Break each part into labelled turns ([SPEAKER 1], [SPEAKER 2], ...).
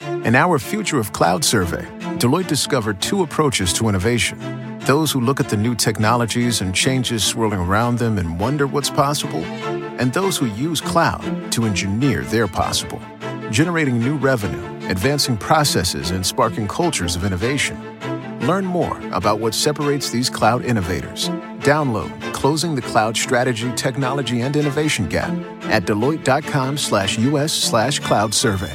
[SPEAKER 1] In our Future of Cloud survey, Deloitte discovered two approaches to innovation those who look at the new technologies and changes swirling around them and wonder what's possible, and those who use cloud to engineer their possible, generating new revenue, advancing processes, and sparking cultures of innovation. Learn more about what separates these cloud innovators. Download Closing the Cloud Strategy, Technology, and Innovation Gap at Deloitte.com slash US slash cloud survey.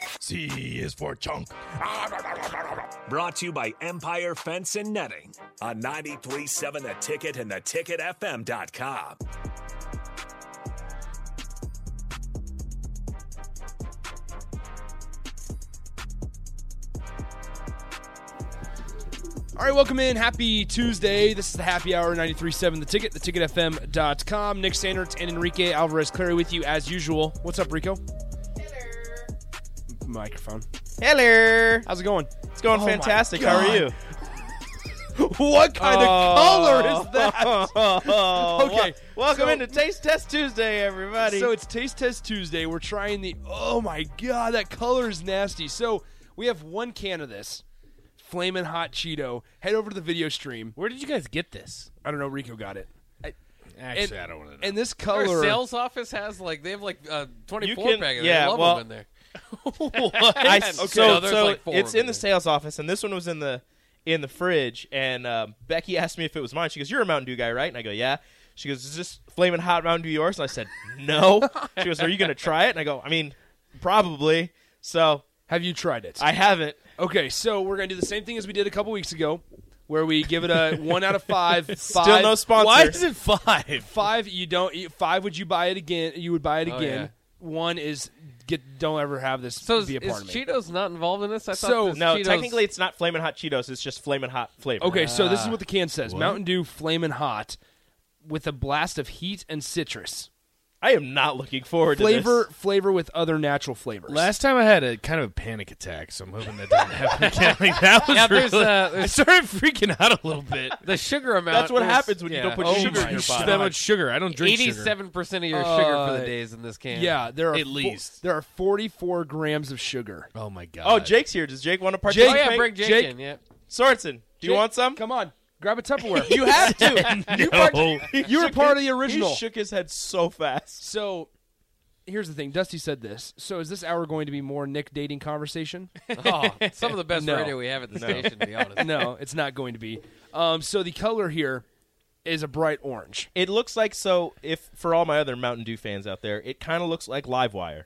[SPEAKER 2] C is for chunk.
[SPEAKER 3] Brought to you by Empire Fence and Netting on 937 The Ticket and theticketfm.com.
[SPEAKER 4] All right, welcome in. Happy Tuesday. This is the Happy Hour 93.7 The Ticket, theticketfm.com. Nick Sanders and Enrique Alvarez Clary with you as usual. What's up, Rico? Hello. Microphone.
[SPEAKER 5] Hello.
[SPEAKER 4] How's it going?
[SPEAKER 5] It's going fantastic. How are you?
[SPEAKER 4] Oh What kind of color is that? Oh. Okay,
[SPEAKER 5] okay. Oh, welcome
[SPEAKER 4] so-
[SPEAKER 5] into Taste Test Tuesday, everybody.
[SPEAKER 4] So it's Taste Test Tuesday. We're trying the. Oh my God, that color is nasty. So we have one can of this. Flamin' hot Cheeto. Head over to the video stream.
[SPEAKER 6] Where did you guys get this?
[SPEAKER 4] I don't know. Rico got it.
[SPEAKER 6] Actually, I don't want to know.
[SPEAKER 4] And this
[SPEAKER 7] Our
[SPEAKER 4] color.
[SPEAKER 7] sales office has like they have like uh, twenty four
[SPEAKER 5] can-
[SPEAKER 7] pack. of
[SPEAKER 5] yeah,
[SPEAKER 7] yeah, I love
[SPEAKER 5] well-
[SPEAKER 7] them in there.
[SPEAKER 5] I,
[SPEAKER 7] So
[SPEAKER 5] so,
[SPEAKER 7] there's
[SPEAKER 5] so
[SPEAKER 7] like four
[SPEAKER 5] it's
[SPEAKER 7] of 'em
[SPEAKER 5] in the
[SPEAKER 7] in
[SPEAKER 5] sales office, and this one was in the in the fridge. And um, Becky asked me if it was mine. She goes, "You're a Mountain Dew guy, right?" And I go, "Yeah." She goes, "Is this flaming hot Mountain Dew yours?" And I said, "No." she goes, "Are you gonna try it?" And I go, "I mean, probably." So
[SPEAKER 4] Have you tried it?
[SPEAKER 5] I haven't.
[SPEAKER 4] okay, so we're gonna do the same thing as we did a couple weeks ago, where we give it a one out of five. five
[SPEAKER 5] Still no sponsor.
[SPEAKER 6] Why is it five?
[SPEAKER 4] Five. You don't. you- Five. Would you buy it again? You would buy it
[SPEAKER 7] Oh,
[SPEAKER 4] again.
[SPEAKER 7] yeah.
[SPEAKER 4] One is get. Don't ever have this
[SPEAKER 7] So is,
[SPEAKER 4] be a
[SPEAKER 7] is
[SPEAKER 4] part of me.
[SPEAKER 7] Cheetos not involved in this? I
[SPEAKER 4] So-
[SPEAKER 7] thought this
[SPEAKER 5] No,
[SPEAKER 7] Cheetos,
[SPEAKER 5] technically, it's not flaming hot Cheetos. It's just flaming hot flavor.
[SPEAKER 4] Okay, so this is what the can says: Mountain Dew Flamin' Hot, with a blast of heat and citrus
[SPEAKER 5] I am not looking forward
[SPEAKER 4] flavor.
[SPEAKER 5] to this.
[SPEAKER 4] Flavor with other natural flavors.
[SPEAKER 6] Last time I had a kind of a panic attack, so I'm hoping that doesn't happen again. Like, that was
[SPEAKER 7] Yeah, there's,
[SPEAKER 6] really,
[SPEAKER 7] uh,
[SPEAKER 6] I
[SPEAKER 7] there's
[SPEAKER 6] started freaking out a little bit.
[SPEAKER 7] the sugar amount.
[SPEAKER 5] That's what
[SPEAKER 7] is-
[SPEAKER 5] happens when
[SPEAKER 7] yeah.
[SPEAKER 5] you don't put
[SPEAKER 6] oh
[SPEAKER 5] sugar in
[SPEAKER 6] my
[SPEAKER 5] your
[SPEAKER 6] God.
[SPEAKER 5] body.
[SPEAKER 6] that much sugar. I don't drink sugar.
[SPEAKER 7] Eighty-seven percent of your sugar for
[SPEAKER 4] Uh,
[SPEAKER 7] the days in this can.
[SPEAKER 4] yeah, there are
[SPEAKER 6] At
[SPEAKER 4] fo-
[SPEAKER 6] least.
[SPEAKER 4] there are 44 grams of sugar.
[SPEAKER 6] Oh my god.
[SPEAKER 5] Oh, Jake's here. Does Jake want to
[SPEAKER 7] Oh
[SPEAKER 5] participate?
[SPEAKER 7] yeah, bring Jake,
[SPEAKER 4] Jake-
[SPEAKER 7] in. Yeah.
[SPEAKER 5] Sorensen, do you
[SPEAKER 4] Jake,
[SPEAKER 5] want some?
[SPEAKER 4] Come on, grab a Tupperware.
[SPEAKER 5] You have to.
[SPEAKER 6] no.
[SPEAKER 4] you were part of the original.
[SPEAKER 5] He shook his head so fast.
[SPEAKER 4] So here's the thing. Dusty said this. So is this hour going to be more Nick dating conversation?
[SPEAKER 7] Oh, some of the best
[SPEAKER 4] No.
[SPEAKER 7] radio we have at the station. To be honest.
[SPEAKER 4] no, it's not going to be. Um, so the color here is a bright orange.
[SPEAKER 5] It looks like so. If for all my other Mountain Dew fans out there, it kind of looks like Livewire,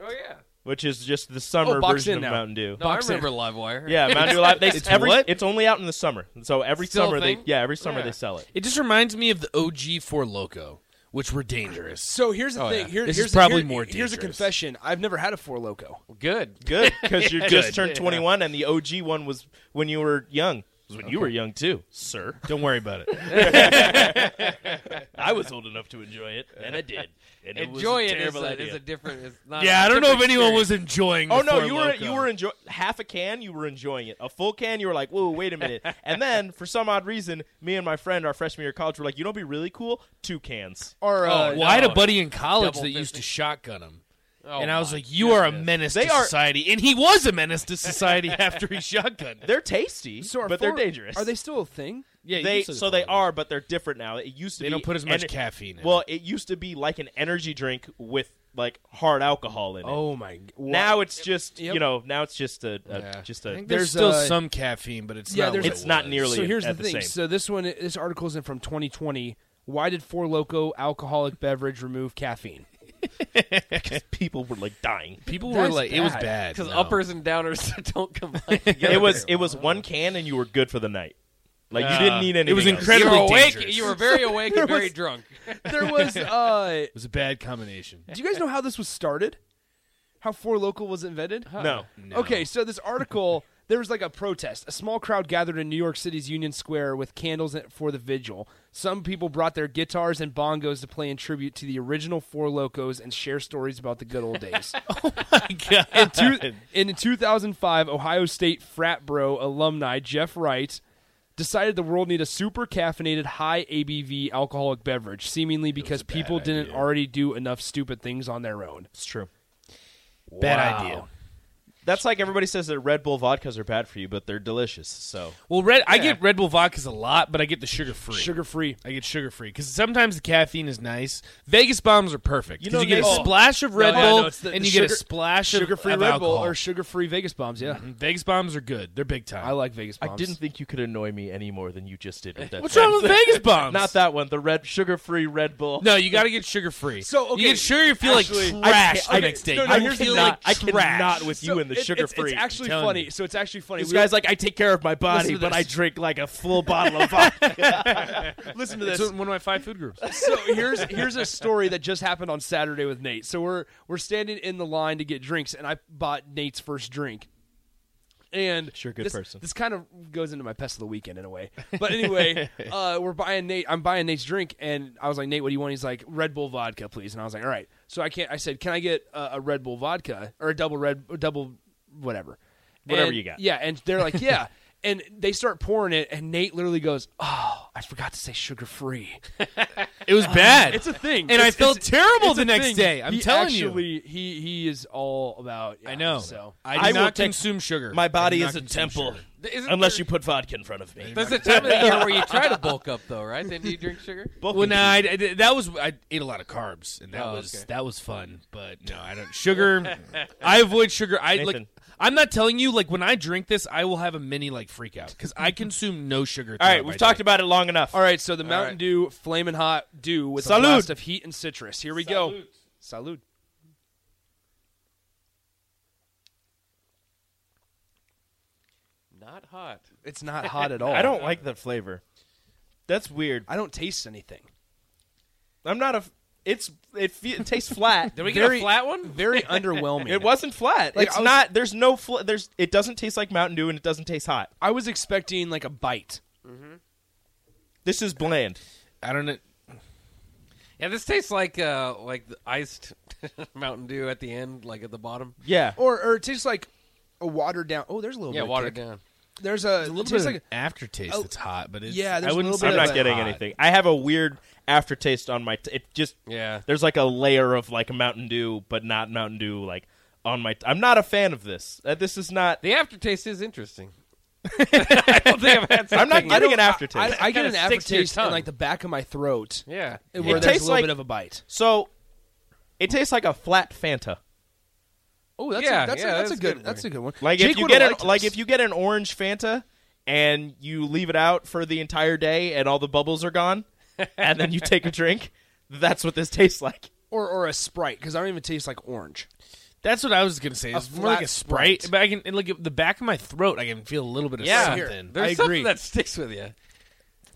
[SPEAKER 7] Oh yeah.
[SPEAKER 5] which is just the summer
[SPEAKER 4] Oh, box
[SPEAKER 5] version
[SPEAKER 4] in
[SPEAKER 5] of
[SPEAKER 4] now.
[SPEAKER 5] Mountain Dew.
[SPEAKER 7] No, I remember Livewire.
[SPEAKER 5] Yeah, Mountain Dew Live. They,
[SPEAKER 6] It's
[SPEAKER 5] every,
[SPEAKER 6] what?
[SPEAKER 5] It's only out in the summer, so every
[SPEAKER 7] Still a
[SPEAKER 5] summer they
[SPEAKER 7] thing?
[SPEAKER 5] yeah every summer
[SPEAKER 7] Yeah.
[SPEAKER 5] they sell it.
[SPEAKER 6] It just reminds me of the OG Four Loco, which were dangerous.
[SPEAKER 4] So here's the
[SPEAKER 7] Oh,
[SPEAKER 4] thing.
[SPEAKER 7] yeah.
[SPEAKER 4] Here-
[SPEAKER 6] This is
[SPEAKER 4] here's
[SPEAKER 6] probably
[SPEAKER 4] a, here-
[SPEAKER 6] more
[SPEAKER 4] Here's a
[SPEAKER 6] dangerous.
[SPEAKER 4] confession. I've never had a Four Loco.
[SPEAKER 7] Good.
[SPEAKER 5] Good because you just
[SPEAKER 6] Good.
[SPEAKER 5] turned 21, and the OG one was when you were young. It was when you were young too.
[SPEAKER 6] Sir, don't worry about it.
[SPEAKER 5] I was old enough to enjoy it, and I did. And it was a
[SPEAKER 7] Enjoy it is
[SPEAKER 5] terrible
[SPEAKER 7] a,
[SPEAKER 5] idea.
[SPEAKER 7] is a different. It's not
[SPEAKER 6] yeah,
[SPEAKER 7] I
[SPEAKER 6] I don't know if anyone was enjoying.
[SPEAKER 5] Oh
[SPEAKER 6] the
[SPEAKER 5] no,
[SPEAKER 6] Four
[SPEAKER 5] you were
[SPEAKER 6] Loko.
[SPEAKER 5] you were enjoying half a can. You were enjoying it. A full can, you were like, "Whoa, wait a minute!" and then, for some odd reason, me and my friend, our freshman year of college, were like, "You know, what'd be really cool, two cans."
[SPEAKER 4] Or uh,
[SPEAKER 6] Oh, Well, I had a
[SPEAKER 7] no.
[SPEAKER 6] buddy in college
[SPEAKER 7] Double
[SPEAKER 6] that used to
[SPEAKER 7] fisting.
[SPEAKER 6] shotgun him.
[SPEAKER 7] Oh,
[SPEAKER 6] and I was
[SPEAKER 7] my
[SPEAKER 6] like, "You are a menace
[SPEAKER 5] They
[SPEAKER 6] to
[SPEAKER 5] are-
[SPEAKER 6] society," and he was a menace to society after he shotgunned.
[SPEAKER 5] They're tasty,
[SPEAKER 4] so are
[SPEAKER 5] but
[SPEAKER 4] Four-
[SPEAKER 5] they're dangerous.
[SPEAKER 4] Are they still a thing?
[SPEAKER 6] Yeah,
[SPEAKER 5] They so they are, but they're different now. It used to
[SPEAKER 6] They
[SPEAKER 5] be
[SPEAKER 6] don't put as much
[SPEAKER 5] ener-
[SPEAKER 6] caffeine. in
[SPEAKER 5] Well,
[SPEAKER 6] it.
[SPEAKER 5] it used to be like an energy drink with like hard alcohol in it.
[SPEAKER 6] oh my! Well,
[SPEAKER 5] now it's just
[SPEAKER 4] Yep.
[SPEAKER 5] you know now it's just a, a
[SPEAKER 6] yeah.
[SPEAKER 5] just
[SPEAKER 6] I
[SPEAKER 5] a
[SPEAKER 6] think there's,
[SPEAKER 4] There's
[SPEAKER 6] still
[SPEAKER 4] a-
[SPEAKER 6] some caffeine, but it's
[SPEAKER 4] Yeah,
[SPEAKER 6] not.
[SPEAKER 4] there's-
[SPEAKER 6] what
[SPEAKER 5] It's
[SPEAKER 6] it
[SPEAKER 5] not
[SPEAKER 6] was.
[SPEAKER 5] nearly-
[SPEAKER 4] So here's
[SPEAKER 5] at
[SPEAKER 4] the
[SPEAKER 5] the
[SPEAKER 4] thing.
[SPEAKER 5] same.
[SPEAKER 4] So this one, this article isn't from 2020. Why did Four Loco alcoholic beverage remove caffeine?
[SPEAKER 5] people were like dying.
[SPEAKER 6] People were
[SPEAKER 4] That's
[SPEAKER 6] like, "It was
[SPEAKER 4] bad.
[SPEAKER 6] bad."
[SPEAKER 7] because
[SPEAKER 6] no.
[SPEAKER 7] uppers and downers don't combine. together.
[SPEAKER 5] It was it was one can and you were good for the night. Like you
[SPEAKER 6] Uh,
[SPEAKER 5] didn't need anything.
[SPEAKER 6] it was
[SPEAKER 5] else.
[SPEAKER 6] incredible.
[SPEAKER 7] you were
[SPEAKER 6] incredibly
[SPEAKER 7] awake.
[SPEAKER 6] dangerous.
[SPEAKER 7] You were very awake and very drunk.
[SPEAKER 4] There was. Uh,
[SPEAKER 6] It was a bad combination.
[SPEAKER 4] do you guys know how this was started? How Four Local was invented?
[SPEAKER 5] No.
[SPEAKER 4] Okay, so this article there was like a protest. A small crowd gathered in New York City's Union Square with candles for the vigil. Some people brought their guitars and bongos to play in tribute to the original Four Locos and share stories about the good old days. in, two, in 2005, Ohio State frat bro alumni Jeff Wright decided the world needed a super caffeinated, high ABV alcoholic beverage, seemingly because people didn't already do enough stupid things on their own.
[SPEAKER 5] It's true.
[SPEAKER 6] Bad idea.
[SPEAKER 5] That's like everybody says that Red Bull vodkas are bad for you, but they're delicious. So
[SPEAKER 6] Well, red. I get Red Bull vodkas a lot, but I get the sugar free.
[SPEAKER 4] Sugar free.
[SPEAKER 6] I get sugar free because sometimes the caffeine is nice. Vegas bombs are perfect
[SPEAKER 5] know,
[SPEAKER 6] because you, get
[SPEAKER 5] they-
[SPEAKER 6] a splash of Red
[SPEAKER 4] No, yeah,
[SPEAKER 6] Bull
[SPEAKER 4] no, it's the-
[SPEAKER 6] and
[SPEAKER 4] the
[SPEAKER 6] you get
[SPEAKER 4] sugar-
[SPEAKER 6] a splash of
[SPEAKER 4] Sugar free
[SPEAKER 6] of
[SPEAKER 4] Red Bull
[SPEAKER 6] alcohol. Mm-hmm.
[SPEAKER 4] or sugar free Vegas bombs, yeah.
[SPEAKER 6] Vegas bombs are good. They're big time.
[SPEAKER 4] I like Vegas bombs.
[SPEAKER 5] I didn't think you could annoy me any more than you just did with that.
[SPEAKER 6] What's
[SPEAKER 5] sentence.
[SPEAKER 6] wrong with Vegas bombs?
[SPEAKER 5] Not that one. The red sugar-free Red Bull.
[SPEAKER 6] No, you got to get sugar free.
[SPEAKER 4] So, okay,
[SPEAKER 6] you get sugar, you feel
[SPEAKER 4] actually-
[SPEAKER 6] like
[SPEAKER 4] I
[SPEAKER 6] trash
[SPEAKER 4] can't-
[SPEAKER 6] the
[SPEAKER 4] okay,
[SPEAKER 6] next day.
[SPEAKER 4] no, no,
[SPEAKER 6] You
[SPEAKER 4] here's the
[SPEAKER 6] feel
[SPEAKER 4] thing.
[SPEAKER 6] like
[SPEAKER 5] I
[SPEAKER 6] trash.
[SPEAKER 5] cannot with you
[SPEAKER 4] So
[SPEAKER 5] and the
[SPEAKER 4] it- it's-
[SPEAKER 5] sugar-free.
[SPEAKER 4] It's actually
[SPEAKER 6] telling
[SPEAKER 4] funny.
[SPEAKER 6] you.
[SPEAKER 4] So it's actually funny.
[SPEAKER 5] This
[SPEAKER 4] We were-
[SPEAKER 5] guy's like, I take care of my
[SPEAKER 6] Listen
[SPEAKER 5] body,
[SPEAKER 6] to
[SPEAKER 5] but
[SPEAKER 6] this.
[SPEAKER 5] I drink like a full bottle of vodka.
[SPEAKER 4] listen to this.
[SPEAKER 6] It's one of my five food groups.
[SPEAKER 4] so here's here's a story that just happened on Saturday with Nate. So we're we're standing in the line to get drinks, and I bought Nate's first drink. And
[SPEAKER 5] Sure, good
[SPEAKER 4] this,
[SPEAKER 5] person.
[SPEAKER 4] This kind of goes into my pest of the weekend in a way. But anyway, uh, we're buying Nate. I'm buying Nate's drink, and I was like, Nate, what do you want? He's like, Red Bull vodka, please. And I was like, all right. So I can't. I said, can I get uh, a Red Bull vodka or a double red, or double, whatever,
[SPEAKER 5] Whatever
[SPEAKER 4] And-
[SPEAKER 5] you got.
[SPEAKER 4] Yeah, and they're like, yeah. And they start pouring it, and Nate literally goes, "Oh, I forgot to say sugar free."
[SPEAKER 6] It was bad.
[SPEAKER 4] It's a thing,
[SPEAKER 6] And I
[SPEAKER 4] It's-
[SPEAKER 6] felt
[SPEAKER 4] it's-
[SPEAKER 6] terrible
[SPEAKER 4] it's
[SPEAKER 6] the
[SPEAKER 4] a
[SPEAKER 6] next
[SPEAKER 4] thing.
[SPEAKER 6] day. I'm
[SPEAKER 4] He
[SPEAKER 6] telling you.
[SPEAKER 4] actually, he he is all about. yeah,
[SPEAKER 6] I know.
[SPEAKER 4] So
[SPEAKER 6] I do
[SPEAKER 5] I will
[SPEAKER 6] not
[SPEAKER 5] take-
[SPEAKER 6] consume sugar.
[SPEAKER 5] my body
[SPEAKER 6] I do
[SPEAKER 5] is
[SPEAKER 6] not
[SPEAKER 5] a
[SPEAKER 6] consume
[SPEAKER 5] temple,
[SPEAKER 6] sugar.
[SPEAKER 7] Isn't
[SPEAKER 5] unless
[SPEAKER 7] there-
[SPEAKER 5] you put vodka in front of me.
[SPEAKER 7] There's a time of the year where you try to bulk up, though, right? Then you drink sugar.
[SPEAKER 6] Well, no, I, I did- that was I ate a lot of carbs, and that
[SPEAKER 7] Oh,
[SPEAKER 6] was
[SPEAKER 7] okay.
[SPEAKER 6] that was fun. But no, I don't sugar. I avoid sugar. I like.
[SPEAKER 5] Nathan.
[SPEAKER 6] I'm not telling you. Like when I drink this, I will have a mini like freak out because I consume no sugar.
[SPEAKER 5] All right, we've talked about it long enough.
[SPEAKER 4] all right, so the Mountain Dew Flamin' Hot Dew with
[SPEAKER 5] Salud.
[SPEAKER 4] a blast of heat and citrus. Here we go. Salud.
[SPEAKER 7] Not hot.
[SPEAKER 4] It's not hot at all.
[SPEAKER 5] I don't like that flavor. That's weird.
[SPEAKER 4] I don't taste anything.
[SPEAKER 5] I'm not a. f- It's it, fe- it tastes flat.
[SPEAKER 7] Did we get
[SPEAKER 4] Very-
[SPEAKER 7] a flat one?
[SPEAKER 4] Very underwhelming.
[SPEAKER 5] It wasn't flat.
[SPEAKER 4] Like,
[SPEAKER 5] it's
[SPEAKER 4] I was-
[SPEAKER 5] not. There's no. Fl- there's. It doesn't taste like Mountain Dew, and it doesn't taste hot.
[SPEAKER 4] I was expecting like a bite.
[SPEAKER 5] This is bland.
[SPEAKER 6] I don't know.
[SPEAKER 7] Yeah, this tastes like uh, like the iced Mountain Dew at the end, like at the bottom.
[SPEAKER 5] Yeah.
[SPEAKER 4] Or, or it tastes like a watered down. Oh, there's a little
[SPEAKER 7] Yeah,
[SPEAKER 4] bit. of
[SPEAKER 7] watered
[SPEAKER 4] kick.
[SPEAKER 7] down.
[SPEAKER 4] There's a, it
[SPEAKER 6] It's
[SPEAKER 4] tastes
[SPEAKER 6] like
[SPEAKER 4] like
[SPEAKER 6] an aftertaste
[SPEAKER 4] oh,
[SPEAKER 6] that's hot, but it's,
[SPEAKER 4] yeah, there's
[SPEAKER 6] I
[SPEAKER 4] a
[SPEAKER 6] wouldn't.
[SPEAKER 4] little
[SPEAKER 6] say
[SPEAKER 4] bit of
[SPEAKER 5] I'm
[SPEAKER 6] that's
[SPEAKER 5] not
[SPEAKER 4] that
[SPEAKER 5] getting
[SPEAKER 6] hot.
[SPEAKER 5] anything. I have a weird aftertaste on my. T- it just.
[SPEAKER 7] Yeah.
[SPEAKER 5] There's like a layer of like Mountain Dew, but not Mountain Dew. Like on my. T- I'm not a fan of this. Uh, this is not.
[SPEAKER 7] The aftertaste is interesting. I don't think I've had.
[SPEAKER 5] I'm not
[SPEAKER 7] something-
[SPEAKER 5] getting an
[SPEAKER 4] I,
[SPEAKER 5] aftertaste.
[SPEAKER 4] I get
[SPEAKER 7] kinda
[SPEAKER 4] an
[SPEAKER 7] sticks to your
[SPEAKER 4] aftertaste in
[SPEAKER 7] tongue.
[SPEAKER 4] like the back of my throat.
[SPEAKER 7] Yeah.
[SPEAKER 4] Where
[SPEAKER 5] It
[SPEAKER 4] there's a
[SPEAKER 5] tastes
[SPEAKER 4] little
[SPEAKER 5] like-
[SPEAKER 4] bit of a bite.
[SPEAKER 5] so, it tastes like a flat Fanta.
[SPEAKER 4] Oh, that's
[SPEAKER 7] Yeah,
[SPEAKER 4] a, that's,
[SPEAKER 7] yeah,
[SPEAKER 4] a, that's, a
[SPEAKER 7] that's
[SPEAKER 4] good,
[SPEAKER 7] good.
[SPEAKER 4] that's a good one.
[SPEAKER 5] Like
[SPEAKER 4] Jake
[SPEAKER 5] if you
[SPEAKER 4] would've
[SPEAKER 5] get an,
[SPEAKER 4] liked
[SPEAKER 5] like
[SPEAKER 4] this.
[SPEAKER 5] if you get an orange Fanta and you leave it out for the entire day and all the bubbles are gone, and then you take a drink, that's what this tastes like.
[SPEAKER 4] or or a Sprite because I don't even taste like orange.
[SPEAKER 6] That's what I was gonna say. It's more like a
[SPEAKER 4] flat
[SPEAKER 6] sprite,
[SPEAKER 4] Sprite.
[SPEAKER 6] but I can and like the back of my throat. I can feel a little bit of
[SPEAKER 7] Yeah.
[SPEAKER 6] something.
[SPEAKER 7] There's
[SPEAKER 6] I
[SPEAKER 7] something
[SPEAKER 6] agree.
[SPEAKER 7] that sticks with you.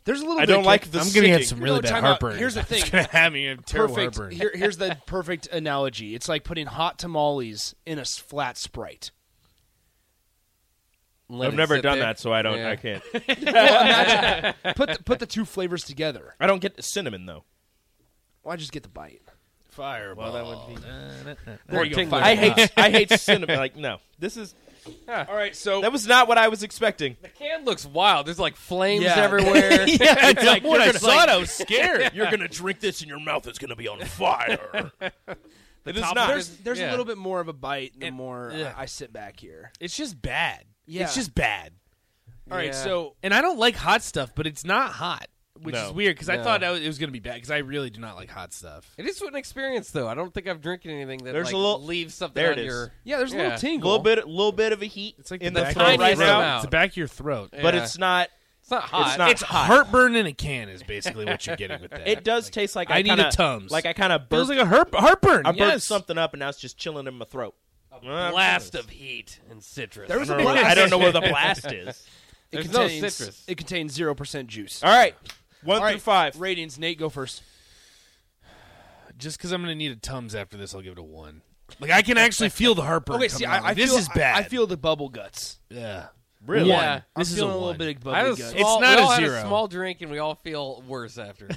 [SPEAKER 4] There's a little.
[SPEAKER 5] I
[SPEAKER 4] bit
[SPEAKER 5] don't
[SPEAKER 4] of
[SPEAKER 5] like
[SPEAKER 4] kick.
[SPEAKER 5] the.
[SPEAKER 6] I'm gonna have
[SPEAKER 5] sicking.
[SPEAKER 6] some really
[SPEAKER 4] No,
[SPEAKER 6] bad
[SPEAKER 4] time out.
[SPEAKER 6] heartburn.
[SPEAKER 4] Here's the
[SPEAKER 6] It's
[SPEAKER 4] thing.
[SPEAKER 6] gonna have me a terrible
[SPEAKER 4] perfect.
[SPEAKER 6] heartburn.
[SPEAKER 4] Here, here's the perfect analogy. It's like putting hot tamales in a s- flat Sprite.
[SPEAKER 7] Let
[SPEAKER 5] I've
[SPEAKER 7] it
[SPEAKER 5] never
[SPEAKER 7] sit
[SPEAKER 5] done
[SPEAKER 7] there.
[SPEAKER 5] that, so I don't.
[SPEAKER 7] Yeah.
[SPEAKER 5] I can't.
[SPEAKER 4] Put the, put the two flavors together.
[SPEAKER 5] I don't get the cinnamon though.
[SPEAKER 4] Why just get the bite?
[SPEAKER 6] Fireball.
[SPEAKER 4] There you go. fine.
[SPEAKER 5] I hate. I hate cinnamon. Uh, Like no, this is.
[SPEAKER 7] All right, so
[SPEAKER 5] That was not what I was expecting.
[SPEAKER 7] the can looks wild. There's like flames
[SPEAKER 4] Yeah.
[SPEAKER 7] everywhere.
[SPEAKER 6] I know. when I
[SPEAKER 5] you're gonna-
[SPEAKER 6] saw it, I was scared.
[SPEAKER 2] You're gonna drink this, and your mouth is gonna be on fire.
[SPEAKER 5] It is
[SPEAKER 7] top
[SPEAKER 5] not.
[SPEAKER 7] of
[SPEAKER 4] There's there's
[SPEAKER 7] Yeah.
[SPEAKER 4] a little bit more of a bite the more
[SPEAKER 6] yeah.
[SPEAKER 4] I, I sit back here.
[SPEAKER 6] It's just bad.
[SPEAKER 4] Yeah.
[SPEAKER 6] It's just bad.
[SPEAKER 4] All right,
[SPEAKER 7] Yeah.
[SPEAKER 4] so
[SPEAKER 6] And I don't like hot stuff, but it's not hot, which
[SPEAKER 5] No.
[SPEAKER 6] is weird because I
[SPEAKER 7] No.
[SPEAKER 6] thought I was- it was going to be bad because I really do not like hot stuff.
[SPEAKER 7] It is an experience, though. I don't think I've drinking anything that
[SPEAKER 5] There's
[SPEAKER 7] like,
[SPEAKER 5] a little-
[SPEAKER 7] leaves something
[SPEAKER 5] there
[SPEAKER 7] on
[SPEAKER 5] it is.
[SPEAKER 7] your.
[SPEAKER 4] yeah, there's a little
[SPEAKER 7] Yeah.
[SPEAKER 5] a
[SPEAKER 4] tingle.
[SPEAKER 5] little bit. little bit of a heat
[SPEAKER 6] It's like
[SPEAKER 5] in
[SPEAKER 6] the,
[SPEAKER 5] the,
[SPEAKER 6] back
[SPEAKER 5] throat
[SPEAKER 6] of your
[SPEAKER 5] right
[SPEAKER 7] tiniest
[SPEAKER 6] throat.
[SPEAKER 7] amount.
[SPEAKER 5] now,
[SPEAKER 6] It's the back of your throat.
[SPEAKER 5] but
[SPEAKER 7] Yeah.
[SPEAKER 5] it's not.
[SPEAKER 7] It's not hot.
[SPEAKER 5] It's not
[SPEAKER 6] It's heartburn in a can is basically what you're getting with that.
[SPEAKER 5] It does taste like I,
[SPEAKER 6] I need a
[SPEAKER 5] kinda,
[SPEAKER 6] Tums.
[SPEAKER 5] Like I kind of
[SPEAKER 6] feels
[SPEAKER 5] burped.
[SPEAKER 6] like a herp- heartburn.
[SPEAKER 5] I burped
[SPEAKER 6] yes.
[SPEAKER 5] something up, and now it's just chilling in my throat. Uh,
[SPEAKER 7] blast of heat and citrus.
[SPEAKER 4] There was a
[SPEAKER 5] I don't know- I don't know where the blast is.
[SPEAKER 4] it
[SPEAKER 7] There's no
[SPEAKER 4] contains
[SPEAKER 7] citrus.
[SPEAKER 4] it contains zero percent juice.
[SPEAKER 5] All right, one
[SPEAKER 4] All
[SPEAKER 5] through
[SPEAKER 4] right,
[SPEAKER 5] five.
[SPEAKER 4] ratings. Nate, go first.
[SPEAKER 6] Just because I'm going to need a Tums after this, I'll give it a one. Like I can actually feel the heartburn.
[SPEAKER 4] Okay,
[SPEAKER 6] coming
[SPEAKER 4] see,
[SPEAKER 6] on.
[SPEAKER 4] I, I
[SPEAKER 6] this
[SPEAKER 4] feel,
[SPEAKER 6] is bad.
[SPEAKER 4] I, I feel the bubble guts.
[SPEAKER 6] Yeah.
[SPEAKER 5] Really?
[SPEAKER 6] Yeah.
[SPEAKER 4] I'm
[SPEAKER 6] This is a
[SPEAKER 4] feeling a, little
[SPEAKER 6] one.
[SPEAKER 4] bit of
[SPEAKER 7] I had a
[SPEAKER 4] bubbly guts.
[SPEAKER 7] small,
[SPEAKER 6] It's not
[SPEAKER 7] we
[SPEAKER 6] a
[SPEAKER 7] all Had
[SPEAKER 6] zero.
[SPEAKER 7] a small drink, and we all feel worse after.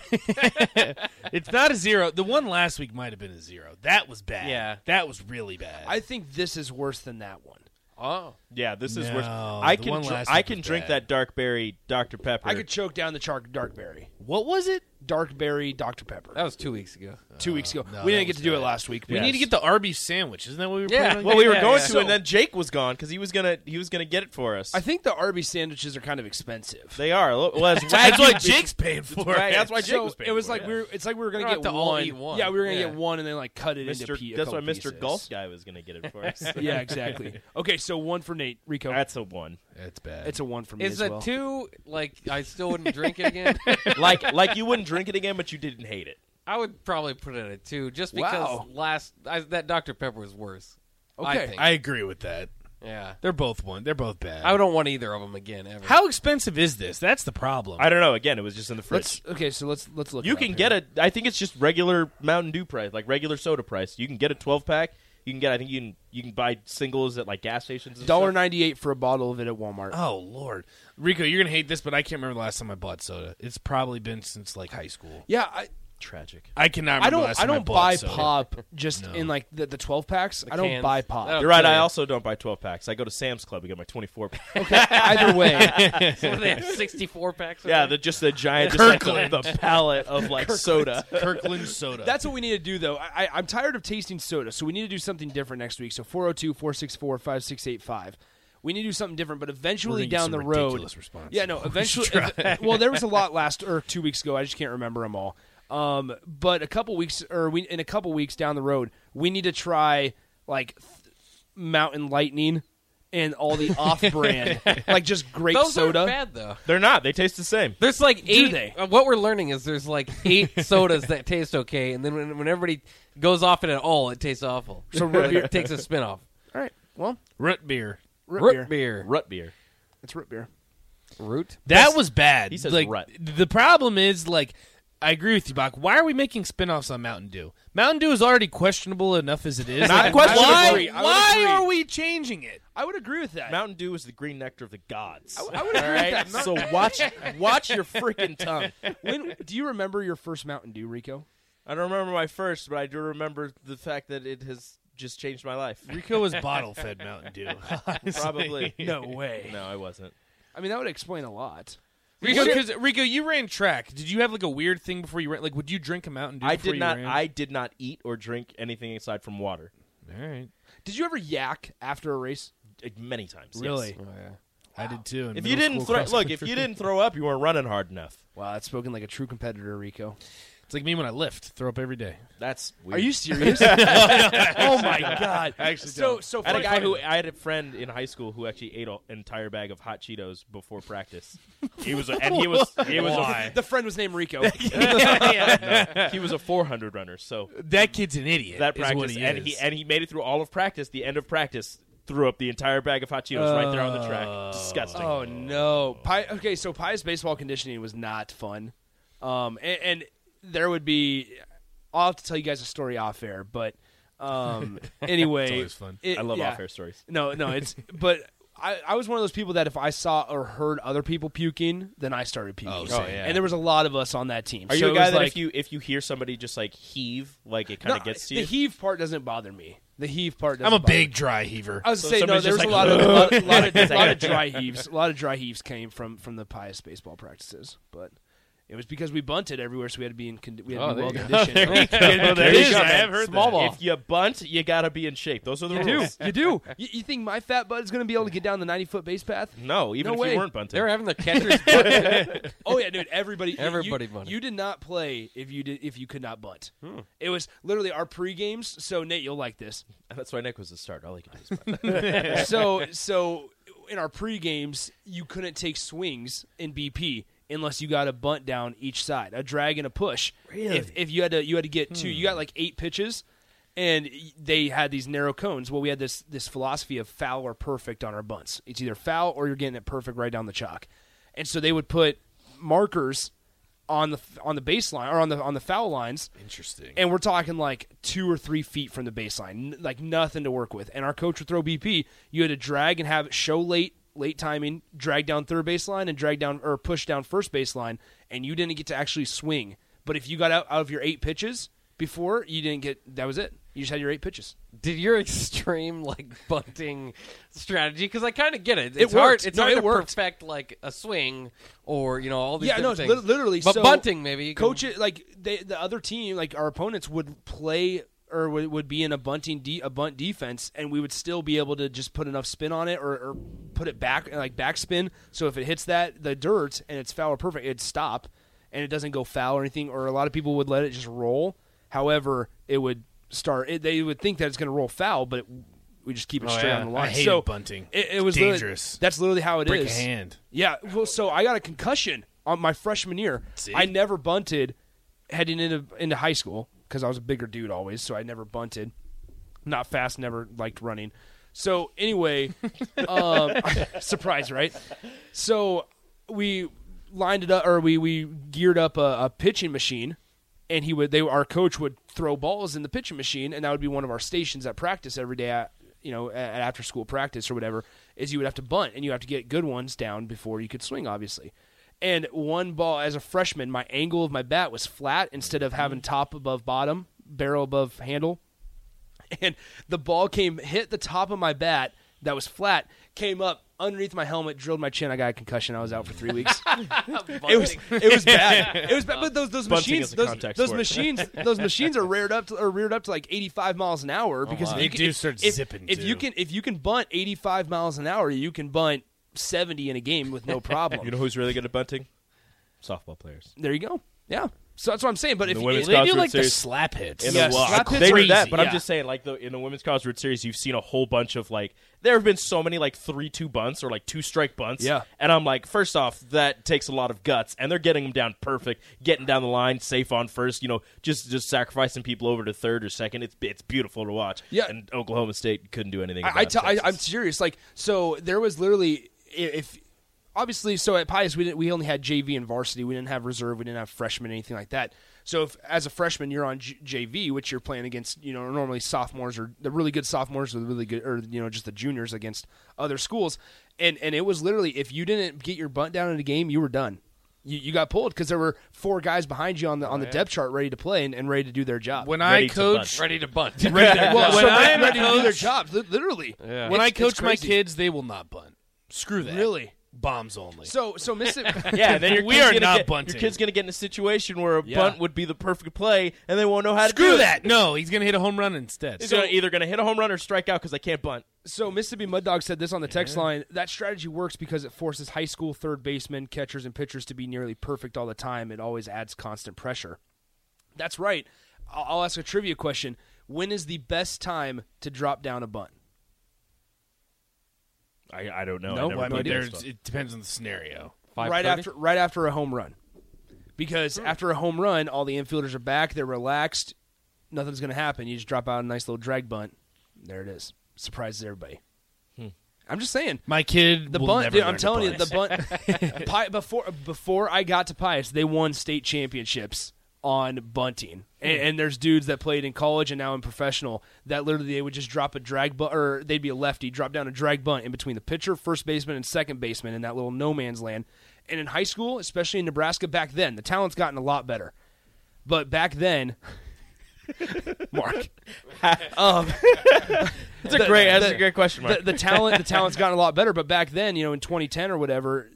[SPEAKER 6] It's not a zero. The one last week might have been a zero. That was bad.
[SPEAKER 7] Yeah.
[SPEAKER 6] That was really bad.
[SPEAKER 4] I think this is worse than that one.
[SPEAKER 7] oh,
[SPEAKER 5] Yeah, this is worse.
[SPEAKER 6] No,
[SPEAKER 5] I
[SPEAKER 6] the
[SPEAKER 5] can
[SPEAKER 6] one
[SPEAKER 5] dr-
[SPEAKER 6] last
[SPEAKER 5] I
[SPEAKER 6] week
[SPEAKER 5] can
[SPEAKER 6] was
[SPEAKER 5] drink
[SPEAKER 6] bad.
[SPEAKER 5] that dark berry Dr Pepper.
[SPEAKER 4] I could choke down the char- dark berry,
[SPEAKER 6] what was it?
[SPEAKER 4] dark berry Dr Pepper.
[SPEAKER 7] that was two weeks ago.
[SPEAKER 4] two weeks ago,
[SPEAKER 6] no,
[SPEAKER 4] we
[SPEAKER 6] that
[SPEAKER 4] didn't get
[SPEAKER 6] was
[SPEAKER 4] to do it
[SPEAKER 6] bad.
[SPEAKER 4] last week.
[SPEAKER 6] We need to get the Arby's sandwich. Isn't that what we were
[SPEAKER 7] Yeah.
[SPEAKER 6] planning on
[SPEAKER 5] well, we were
[SPEAKER 7] Yeah,
[SPEAKER 5] going
[SPEAKER 7] yeah.
[SPEAKER 5] to, and then Jake was gone because he was gonna he was gonna get it for us.
[SPEAKER 4] I think the Arby's sandwiches are kind of expensive.
[SPEAKER 5] they are. Well, that's
[SPEAKER 6] getting? That's
[SPEAKER 5] why
[SPEAKER 6] why Jake's paying for it.
[SPEAKER 5] That's why Jake
[SPEAKER 4] so
[SPEAKER 5] was paying
[SPEAKER 4] it was
[SPEAKER 5] for
[SPEAKER 4] like
[SPEAKER 5] it.
[SPEAKER 4] we were. It's like we were gonna
[SPEAKER 7] We're
[SPEAKER 4] get
[SPEAKER 7] gonna have to all
[SPEAKER 4] one.
[SPEAKER 7] eat one.
[SPEAKER 4] Yeah, we were gonna
[SPEAKER 7] Yeah.
[SPEAKER 4] get one and then like cut it into pe-
[SPEAKER 5] Mr.
[SPEAKER 4] a
[SPEAKER 5] That's why
[SPEAKER 4] couple pieces.
[SPEAKER 5] Mr. Golf guy was gonna get it for us.
[SPEAKER 4] Yeah, exactly. okay, so one for Nate Rico.
[SPEAKER 5] that's a one.
[SPEAKER 6] That's bad.
[SPEAKER 4] it's a one for me
[SPEAKER 7] Is
[SPEAKER 4] as
[SPEAKER 7] a
[SPEAKER 4] well.
[SPEAKER 7] two like I still wouldn't drink it again?
[SPEAKER 5] like like you wouldn't drink it again, but you didn't hate it.
[SPEAKER 7] I would probably put it at a two, just because
[SPEAKER 4] Wow.
[SPEAKER 7] last I, that Dr Pepper was worse.
[SPEAKER 4] Okay.
[SPEAKER 7] I think.
[SPEAKER 6] I agree with that.
[SPEAKER 7] yeah,
[SPEAKER 6] They're both one. They're both bad.
[SPEAKER 7] I don't want either of them again ever.
[SPEAKER 6] How expensive is this? That's the problem.
[SPEAKER 5] I don't know. Again, it was just in the fridge.
[SPEAKER 4] Let's okay. So let's let's look.
[SPEAKER 5] you
[SPEAKER 4] it
[SPEAKER 5] can
[SPEAKER 4] up
[SPEAKER 5] get
[SPEAKER 4] here.
[SPEAKER 5] a. I think it's just regular Mountain Dew price, like regular soda price. You can get a twelve pack. You can get. I think you can. You can buy singles at like gas stations. and
[SPEAKER 4] dollar
[SPEAKER 5] stuff.
[SPEAKER 4] ninety eight for a bottle of it at Walmart.
[SPEAKER 6] Oh Lord, Rico, you're gonna hate this, but I can't remember the last time I bought soda. It's probably been since like high school.
[SPEAKER 4] yeah, I,
[SPEAKER 5] Tragic.
[SPEAKER 6] I cannot. Remember
[SPEAKER 4] I
[SPEAKER 6] The
[SPEAKER 4] don't
[SPEAKER 6] last
[SPEAKER 4] I
[SPEAKER 6] time
[SPEAKER 4] don't
[SPEAKER 6] bought
[SPEAKER 4] buy
[SPEAKER 6] soda.
[SPEAKER 4] pop just in like the, the twelve packs. I don't
[SPEAKER 7] cans.
[SPEAKER 4] buy pop.
[SPEAKER 6] Oh.
[SPEAKER 7] That'll
[SPEAKER 5] You're right.
[SPEAKER 7] kill
[SPEAKER 5] I
[SPEAKER 7] you.
[SPEAKER 5] also don't buy twelve packs. I go to Sam's Club and get my twenty four.
[SPEAKER 4] Either way,
[SPEAKER 7] What do they have sixty four packs. of
[SPEAKER 5] yeah,
[SPEAKER 7] it?
[SPEAKER 5] the, just the giant, just like the,
[SPEAKER 6] Kirkland.
[SPEAKER 5] the pallet of like soda.
[SPEAKER 6] Kirkland soda.
[SPEAKER 4] that's what we need to do though. I, I, I'm tired of tasting soda, so we need to do something different next week. So 402-464-5685. We need to do something different, but eventually
[SPEAKER 6] gonna get
[SPEAKER 4] down
[SPEAKER 6] some
[SPEAKER 4] the road.
[SPEAKER 6] ridiculous responses.
[SPEAKER 4] Yeah, no, eventually. well, there was a lot last or two weeks ago. I just can't remember them all. Um, but a couple weeks or we in a couple weeks down the road, we need to try like th- Mountain Lightning and all the off-brand, like just grape
[SPEAKER 7] those
[SPEAKER 4] soda.
[SPEAKER 7] are bad though.
[SPEAKER 5] They're not. They taste the same.
[SPEAKER 7] There's like eight.
[SPEAKER 4] they?
[SPEAKER 7] uh, what we're learning is there's like eight sodas that taste okay, and then when, when everybody goes off it at all, it tastes awful. So it takes a spin off.
[SPEAKER 4] All right, well,
[SPEAKER 6] root beer.
[SPEAKER 4] root, beer.
[SPEAKER 7] Root beer.
[SPEAKER 5] Rut beer.
[SPEAKER 4] It's root beer.
[SPEAKER 7] Root.
[SPEAKER 6] That was bad.
[SPEAKER 5] he says
[SPEAKER 6] like
[SPEAKER 5] rut.
[SPEAKER 6] the problem is like I agree with you, Bach. Why are we making spin-offs on Mountain Dew? Mountain Dew is already questionable enough as it is.
[SPEAKER 5] Not
[SPEAKER 6] Like,
[SPEAKER 5] questionable. I would
[SPEAKER 6] Why,
[SPEAKER 5] agree.
[SPEAKER 4] I would
[SPEAKER 6] why
[SPEAKER 4] agree.
[SPEAKER 6] are we changing it?
[SPEAKER 4] I would agree with that.
[SPEAKER 5] Mountain Dew is the green nectar of the gods.
[SPEAKER 4] I would agree with that.
[SPEAKER 5] so watch watch your freaking tongue.
[SPEAKER 4] When do you remember your first Mountain Dew, Rico?
[SPEAKER 5] I don't remember my first, but I do remember the fact that it has just changed my life.
[SPEAKER 6] Rico was bottle-fed Mountain Dew.
[SPEAKER 5] Probably.
[SPEAKER 6] no way.
[SPEAKER 5] No, I wasn't.
[SPEAKER 4] I mean, that would explain a lot.
[SPEAKER 6] Rico, because Rico, you ran track. Did you have like a weird thing before you ran? Like, would you drink a Mountain Dew?
[SPEAKER 5] I
[SPEAKER 6] before
[SPEAKER 5] did
[SPEAKER 6] you
[SPEAKER 5] not.
[SPEAKER 6] ran?
[SPEAKER 5] I did not eat or drink anything aside from water.
[SPEAKER 6] All right.
[SPEAKER 4] Did you ever yak after a race? Oh,
[SPEAKER 5] Uh, Many times. yes.
[SPEAKER 6] Really? I did too. in
[SPEAKER 5] If you
[SPEAKER 6] middle
[SPEAKER 5] didn't
[SPEAKER 6] school
[SPEAKER 5] throw,
[SPEAKER 6] cross
[SPEAKER 5] look, if
[SPEAKER 6] country.
[SPEAKER 5] you didn't throw up, you weren't running hard enough.
[SPEAKER 4] Wow, that's spoken like a true competitor, Rico.
[SPEAKER 6] it's like me when I lift, throw up every day.
[SPEAKER 5] That's weird.
[SPEAKER 4] Are you serious? oh my god!
[SPEAKER 6] actually
[SPEAKER 4] so
[SPEAKER 6] don't.
[SPEAKER 4] so
[SPEAKER 5] I had
[SPEAKER 4] funny.
[SPEAKER 5] a guy who I had a friend in high school who actually ate an entire bag of hot Cheetos before practice. He was, a, and he was, he was, a,
[SPEAKER 4] the friend was named Rico.
[SPEAKER 5] he was a 400 runner. So
[SPEAKER 6] That kid's an idiot.
[SPEAKER 5] that
[SPEAKER 6] is
[SPEAKER 5] practice,
[SPEAKER 6] what he
[SPEAKER 5] and
[SPEAKER 6] is.
[SPEAKER 5] he and he made it through all of practice. The end of practice, threw up the entire bag of hot Cheetos right there on the track. Disgusting.
[SPEAKER 4] oh no! Pi- okay, so Pi's baseball conditioning was not fun, um, and, and there would be. I'll have to tell you guys a story off air, but um, anyway,
[SPEAKER 6] always fun.
[SPEAKER 4] it-
[SPEAKER 5] I love
[SPEAKER 4] yeah.
[SPEAKER 5] off-air stories.
[SPEAKER 4] No, no, it's but I, I was one of those people that if I saw or heard other people puking, then I started puking.
[SPEAKER 6] Oh, same.
[SPEAKER 4] And there was a lot of us on that team.
[SPEAKER 5] Are
[SPEAKER 4] So
[SPEAKER 5] you a
[SPEAKER 4] it
[SPEAKER 5] guy
[SPEAKER 4] was
[SPEAKER 5] that
[SPEAKER 4] like,
[SPEAKER 5] if you if you hear somebody just like heave, like it kind
[SPEAKER 4] No,
[SPEAKER 5] of gets to
[SPEAKER 4] the
[SPEAKER 5] you?
[SPEAKER 4] heave part doesn't bother me. The heave part. Doesn't
[SPEAKER 6] I'm a
[SPEAKER 4] bother
[SPEAKER 6] big
[SPEAKER 4] me.
[SPEAKER 6] dry heaver.
[SPEAKER 4] I was
[SPEAKER 5] So
[SPEAKER 4] saying no.
[SPEAKER 5] somebody's
[SPEAKER 4] There was a
[SPEAKER 5] just like,
[SPEAKER 4] lot of a lot, lot of, lot of dry heaves. A lot of dry heaves came from from the pious baseball practices, but it was because we bunted everywhere, so we had to be in condi- we had to
[SPEAKER 7] Oh,
[SPEAKER 4] be well
[SPEAKER 7] there you
[SPEAKER 4] conditioned.
[SPEAKER 6] It is, I
[SPEAKER 5] man.
[SPEAKER 6] have heard
[SPEAKER 7] Small
[SPEAKER 6] that.
[SPEAKER 7] ball.
[SPEAKER 5] If you bunt, you gotta be in shape. Those are the rules.
[SPEAKER 4] you do. You, you think my fat butt is going to be able to get down the 90 foot base path?
[SPEAKER 5] No, even
[SPEAKER 4] No
[SPEAKER 5] if
[SPEAKER 4] way.
[SPEAKER 5] you weren't bunting.
[SPEAKER 7] They were having the catchers. bunt.
[SPEAKER 4] Oh yeah, dude. Everybody,
[SPEAKER 7] Everybody
[SPEAKER 4] you,
[SPEAKER 7] bunted.
[SPEAKER 4] You did not play if you did if you could not bunt. It was literally our pre games. So Nate, you'll like this.
[SPEAKER 5] And that's why Nick was the starter. All he could do was bunt.
[SPEAKER 4] so so in our pre games, you couldn't take swings in BP unless you got a bunt down each side, a drag and a push. Really? If, if you had to, you had to get two. You got like eight pitches, and y- they had these narrow cones. Well, we had this this philosophy of foul or perfect on our bunts. It's either foul or you're getting it perfect right down the chalk, and so they would put markers on the on the baseline or on the on the foul lines
[SPEAKER 6] Interesting.
[SPEAKER 4] and we're talking like two or three feet from the baseline, n- like nothing to work with. And our coach would throw BP. You had to drag and have it show late, late timing, drag down third baseline and drag down or push down first baseline, and you didn't get to actually swing. But if you got out, out of your eight pitches before, you didn't get that was it. You just had your eight pitches.
[SPEAKER 7] Did your extreme like bunting strategy? Because I kind of get it. It's
[SPEAKER 4] It worked.
[SPEAKER 7] hard. It's
[SPEAKER 4] No,
[SPEAKER 7] hard
[SPEAKER 4] it
[SPEAKER 7] to
[SPEAKER 4] worked.
[SPEAKER 7] perfect like a swing or you know all these.
[SPEAKER 4] Yeah, no, it's
[SPEAKER 7] different things.
[SPEAKER 4] lit- literally.
[SPEAKER 7] But
[SPEAKER 4] so
[SPEAKER 7] bunting, maybe you can-
[SPEAKER 4] coach it like they, the other team, like our opponents would play or would, would be in a bunting de- a bunt defense, and we would still be able to just put enough spin on it or, or put it back like backspin. So if it hits that the dirt and it's foul or perfect, it'd stop and it doesn't go foul or anything. Or a lot of people would let it just roll. However, it would start. It, they would think that it's going to roll foul, but it, we just keep it
[SPEAKER 6] Oh,
[SPEAKER 4] straight
[SPEAKER 6] yeah.
[SPEAKER 4] on the
[SPEAKER 6] I
[SPEAKER 4] line.
[SPEAKER 6] hated
[SPEAKER 4] so
[SPEAKER 6] bunting.
[SPEAKER 4] It, it
[SPEAKER 6] It's
[SPEAKER 4] was literally-
[SPEAKER 6] dangerous.
[SPEAKER 4] That's literally how it is.
[SPEAKER 6] Break a hand.
[SPEAKER 4] Yeah, well, so I got a concussion on my freshman year. I never bunted heading into into high school because I was a bigger dude always, so I never bunted. Not fast, never liked running. So anyway, um, surprise, right? So we lined it up, or we we geared up a, a pitching machine, and he would they our coach would throw balls in the pitching machine, and that would be one of our stations at practice every day. At, you know, at after school practice or whatever, is you would have to bunt and you have to get good ones down before you could swing, obviously. And one ball as a freshman, my angle of my bat was flat instead of having top above bottom, barrel above handle and the ball came hit the top of my bat that was flat came up underneath my helmet drilled my chin i got a concussion i was out for three weeks it was it was bad it was bad but those those
[SPEAKER 5] Bunting
[SPEAKER 4] machines
[SPEAKER 5] is a
[SPEAKER 4] those,
[SPEAKER 5] contact
[SPEAKER 4] those
[SPEAKER 5] sport.
[SPEAKER 4] machines those machines are reared up to, or reared up to like 85 miles an hour because
[SPEAKER 6] Oh, wow.
[SPEAKER 4] if you
[SPEAKER 6] They
[SPEAKER 4] can,
[SPEAKER 6] do
[SPEAKER 4] if,
[SPEAKER 6] start
[SPEAKER 4] if-
[SPEAKER 6] zipping,
[SPEAKER 4] if you
[SPEAKER 6] too.
[SPEAKER 4] can if you can bunt 85 miles an hour you can bunt 70 in a game with no problem
[SPEAKER 5] You know who's really good at bunting? Softball players.
[SPEAKER 4] there you go yeah so that's what i'm saying but if
[SPEAKER 5] The
[SPEAKER 4] you-
[SPEAKER 5] women's
[SPEAKER 6] They do
[SPEAKER 5] Conference
[SPEAKER 6] like the
[SPEAKER 5] Series.
[SPEAKER 6] slap hits.
[SPEAKER 5] in
[SPEAKER 4] Yeah,
[SPEAKER 5] a lot.
[SPEAKER 4] slap hits
[SPEAKER 5] they
[SPEAKER 4] are
[SPEAKER 5] do that,
[SPEAKER 4] easy,
[SPEAKER 5] but
[SPEAKER 4] yeah.
[SPEAKER 5] I'm just saying, like the in the women's college root series, you've seen a whole bunch of like there have been so many like three two bunts or like two strike bunts.
[SPEAKER 4] Yeah.
[SPEAKER 5] and I'm like, first off, that takes a lot of guts, and they're getting them down perfect, getting down the line, safe on first. You know, just just sacrificing people over to third or second. It's it's beautiful to watch.
[SPEAKER 4] Yeah.
[SPEAKER 5] and Oklahoma State couldn't do anything.
[SPEAKER 4] I, I,
[SPEAKER 5] about
[SPEAKER 4] t- I
[SPEAKER 5] Texas.
[SPEAKER 4] I'm serious. Like, so there was literally i- if obviously so at Pius we didn't we only had JV and varsity. We didn't have reserve. We didn't have freshmen anything like that. So if as a freshman you're on J- JV, which you're playing against, you know, normally sophomores or the really good sophomores or the really good or you know just the juniors against other schools, and and it was literally if you didn't get your bunt down in the game, you were done. You, you got pulled because there were four guys behind you on the on the depth chart ready to play and, and ready to do their job.
[SPEAKER 6] Oh, When
[SPEAKER 5] Ready
[SPEAKER 6] I
[SPEAKER 5] to
[SPEAKER 6] coach,
[SPEAKER 7] ready to bunt.
[SPEAKER 4] well,
[SPEAKER 6] when
[SPEAKER 4] so
[SPEAKER 6] I am
[SPEAKER 4] ready to do their
[SPEAKER 6] coach-
[SPEAKER 4] jobs, li- literally.
[SPEAKER 6] when
[SPEAKER 4] It's-
[SPEAKER 6] I
[SPEAKER 4] it's
[SPEAKER 6] coach my
[SPEAKER 4] crazy.
[SPEAKER 6] kids, they will not bunt. Screw that.
[SPEAKER 4] Really?
[SPEAKER 6] Bombs only.
[SPEAKER 4] So so Mississippi.
[SPEAKER 5] Yeah, and then your
[SPEAKER 6] We
[SPEAKER 5] kid's
[SPEAKER 6] are
[SPEAKER 5] gonna
[SPEAKER 6] not
[SPEAKER 5] get,
[SPEAKER 6] bunting.
[SPEAKER 5] Your kid's gonna get in a situation where a
[SPEAKER 4] Yeah.
[SPEAKER 5] bunt would be the perfect play, and they won't know how to
[SPEAKER 6] Screw
[SPEAKER 5] do It.
[SPEAKER 6] that. No, he's gonna hit a home run instead.
[SPEAKER 5] He's gonna, either gonna hit a home run or strike out because they can't bunt.
[SPEAKER 4] So Mississippi Mud Dog said this on the text line. That strategy works because it forces high school third basemen, catchers, and pitchers to be nearly perfect all the time. It always adds constant pressure. That's right. I'll, I'll ask a trivia question. When is the best time to drop down a bunt?
[SPEAKER 5] I, I don't know.
[SPEAKER 4] No,
[SPEAKER 5] I
[SPEAKER 4] I
[SPEAKER 5] never
[SPEAKER 4] mean,
[SPEAKER 5] played
[SPEAKER 4] there's-
[SPEAKER 5] baseball.
[SPEAKER 6] There's- it depends on the scenario.
[SPEAKER 4] right after right after a home run. Because after a home run, all the infielders are back, they're relaxed, nothing's gonna happen. You just drop out a nice little drag bunt. There it is. Surprises everybody. I'm just saying.
[SPEAKER 6] My kid,
[SPEAKER 4] The
[SPEAKER 6] will
[SPEAKER 4] bunt,
[SPEAKER 6] never
[SPEAKER 4] dude.
[SPEAKER 6] learn
[SPEAKER 4] I'm
[SPEAKER 6] to
[SPEAKER 4] telling you,
[SPEAKER 6] bunt.
[SPEAKER 4] the bunt. Pi- before before I got to Pius, they won state championships on bunting, and,
[SPEAKER 6] Hmm.
[SPEAKER 4] and there's dudes that played in college and now in professional that literally they would just drop a drag bunt, or they'd be a lefty, drop down a drag bunt in between the pitcher, first baseman, and second baseman in that little no man's land. And in high school, especially in Nebraska back then, the talent's gotten a lot better, but back then, Mark.
[SPEAKER 5] That's a great. That's
[SPEAKER 4] the-
[SPEAKER 5] a great question. Mark.
[SPEAKER 4] the, the talent the talent's gotten a lot better but back then you know in 2010 or whatever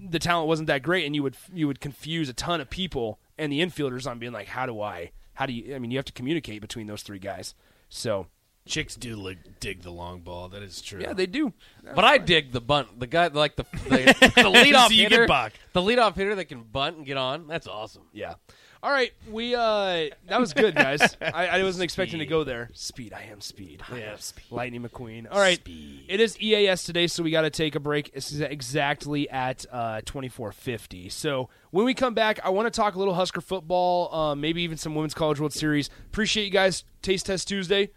[SPEAKER 4] the talent wasn't that great and you would you would confuse a ton of people and the infielders on being like how do i how do you i mean you have to communicate between those three guys so
[SPEAKER 6] Chicks do like dig the long ball. That is true.
[SPEAKER 4] yeah they do
[SPEAKER 7] But I dig the bunt. The guy, like the the, the leadoff
[SPEAKER 6] So you get
[SPEAKER 7] hitter,
[SPEAKER 6] bucked.
[SPEAKER 7] the leadoff hitter that can bunt and get on. That's awesome.
[SPEAKER 4] yeah all right we uh that was good guys I, I wasn't expecting to go there speed i am speed i am speed lightning mcqueen all right it is eas today so we got to take a break this is exactly at uh 2450 so when we come back i want to talk a little husker football uh, maybe even some women's college world series appreciate you guys taste test tuesday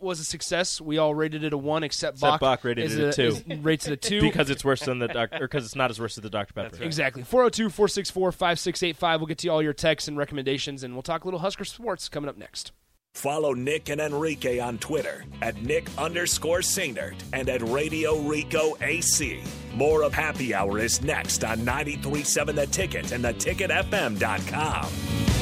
[SPEAKER 4] was a success. We all rated it a one, except
[SPEAKER 5] Except
[SPEAKER 4] Bach,
[SPEAKER 5] Bach rated
[SPEAKER 4] is
[SPEAKER 5] it a two.
[SPEAKER 4] is- rates it a two
[SPEAKER 5] because it's worse than the doc- or because it's not as worse as the Dr Pepper.
[SPEAKER 4] Exactly. 402 464 5685. We'll get to all your texts and recommendations, and we'll talk a little Husker sports coming up next.
[SPEAKER 3] Follow Nick and Enrique on Twitter at Nick underscore Sainert and at Radio Rico AC. More of Happy Hour is next on 937 The Ticket and theticketfm.com.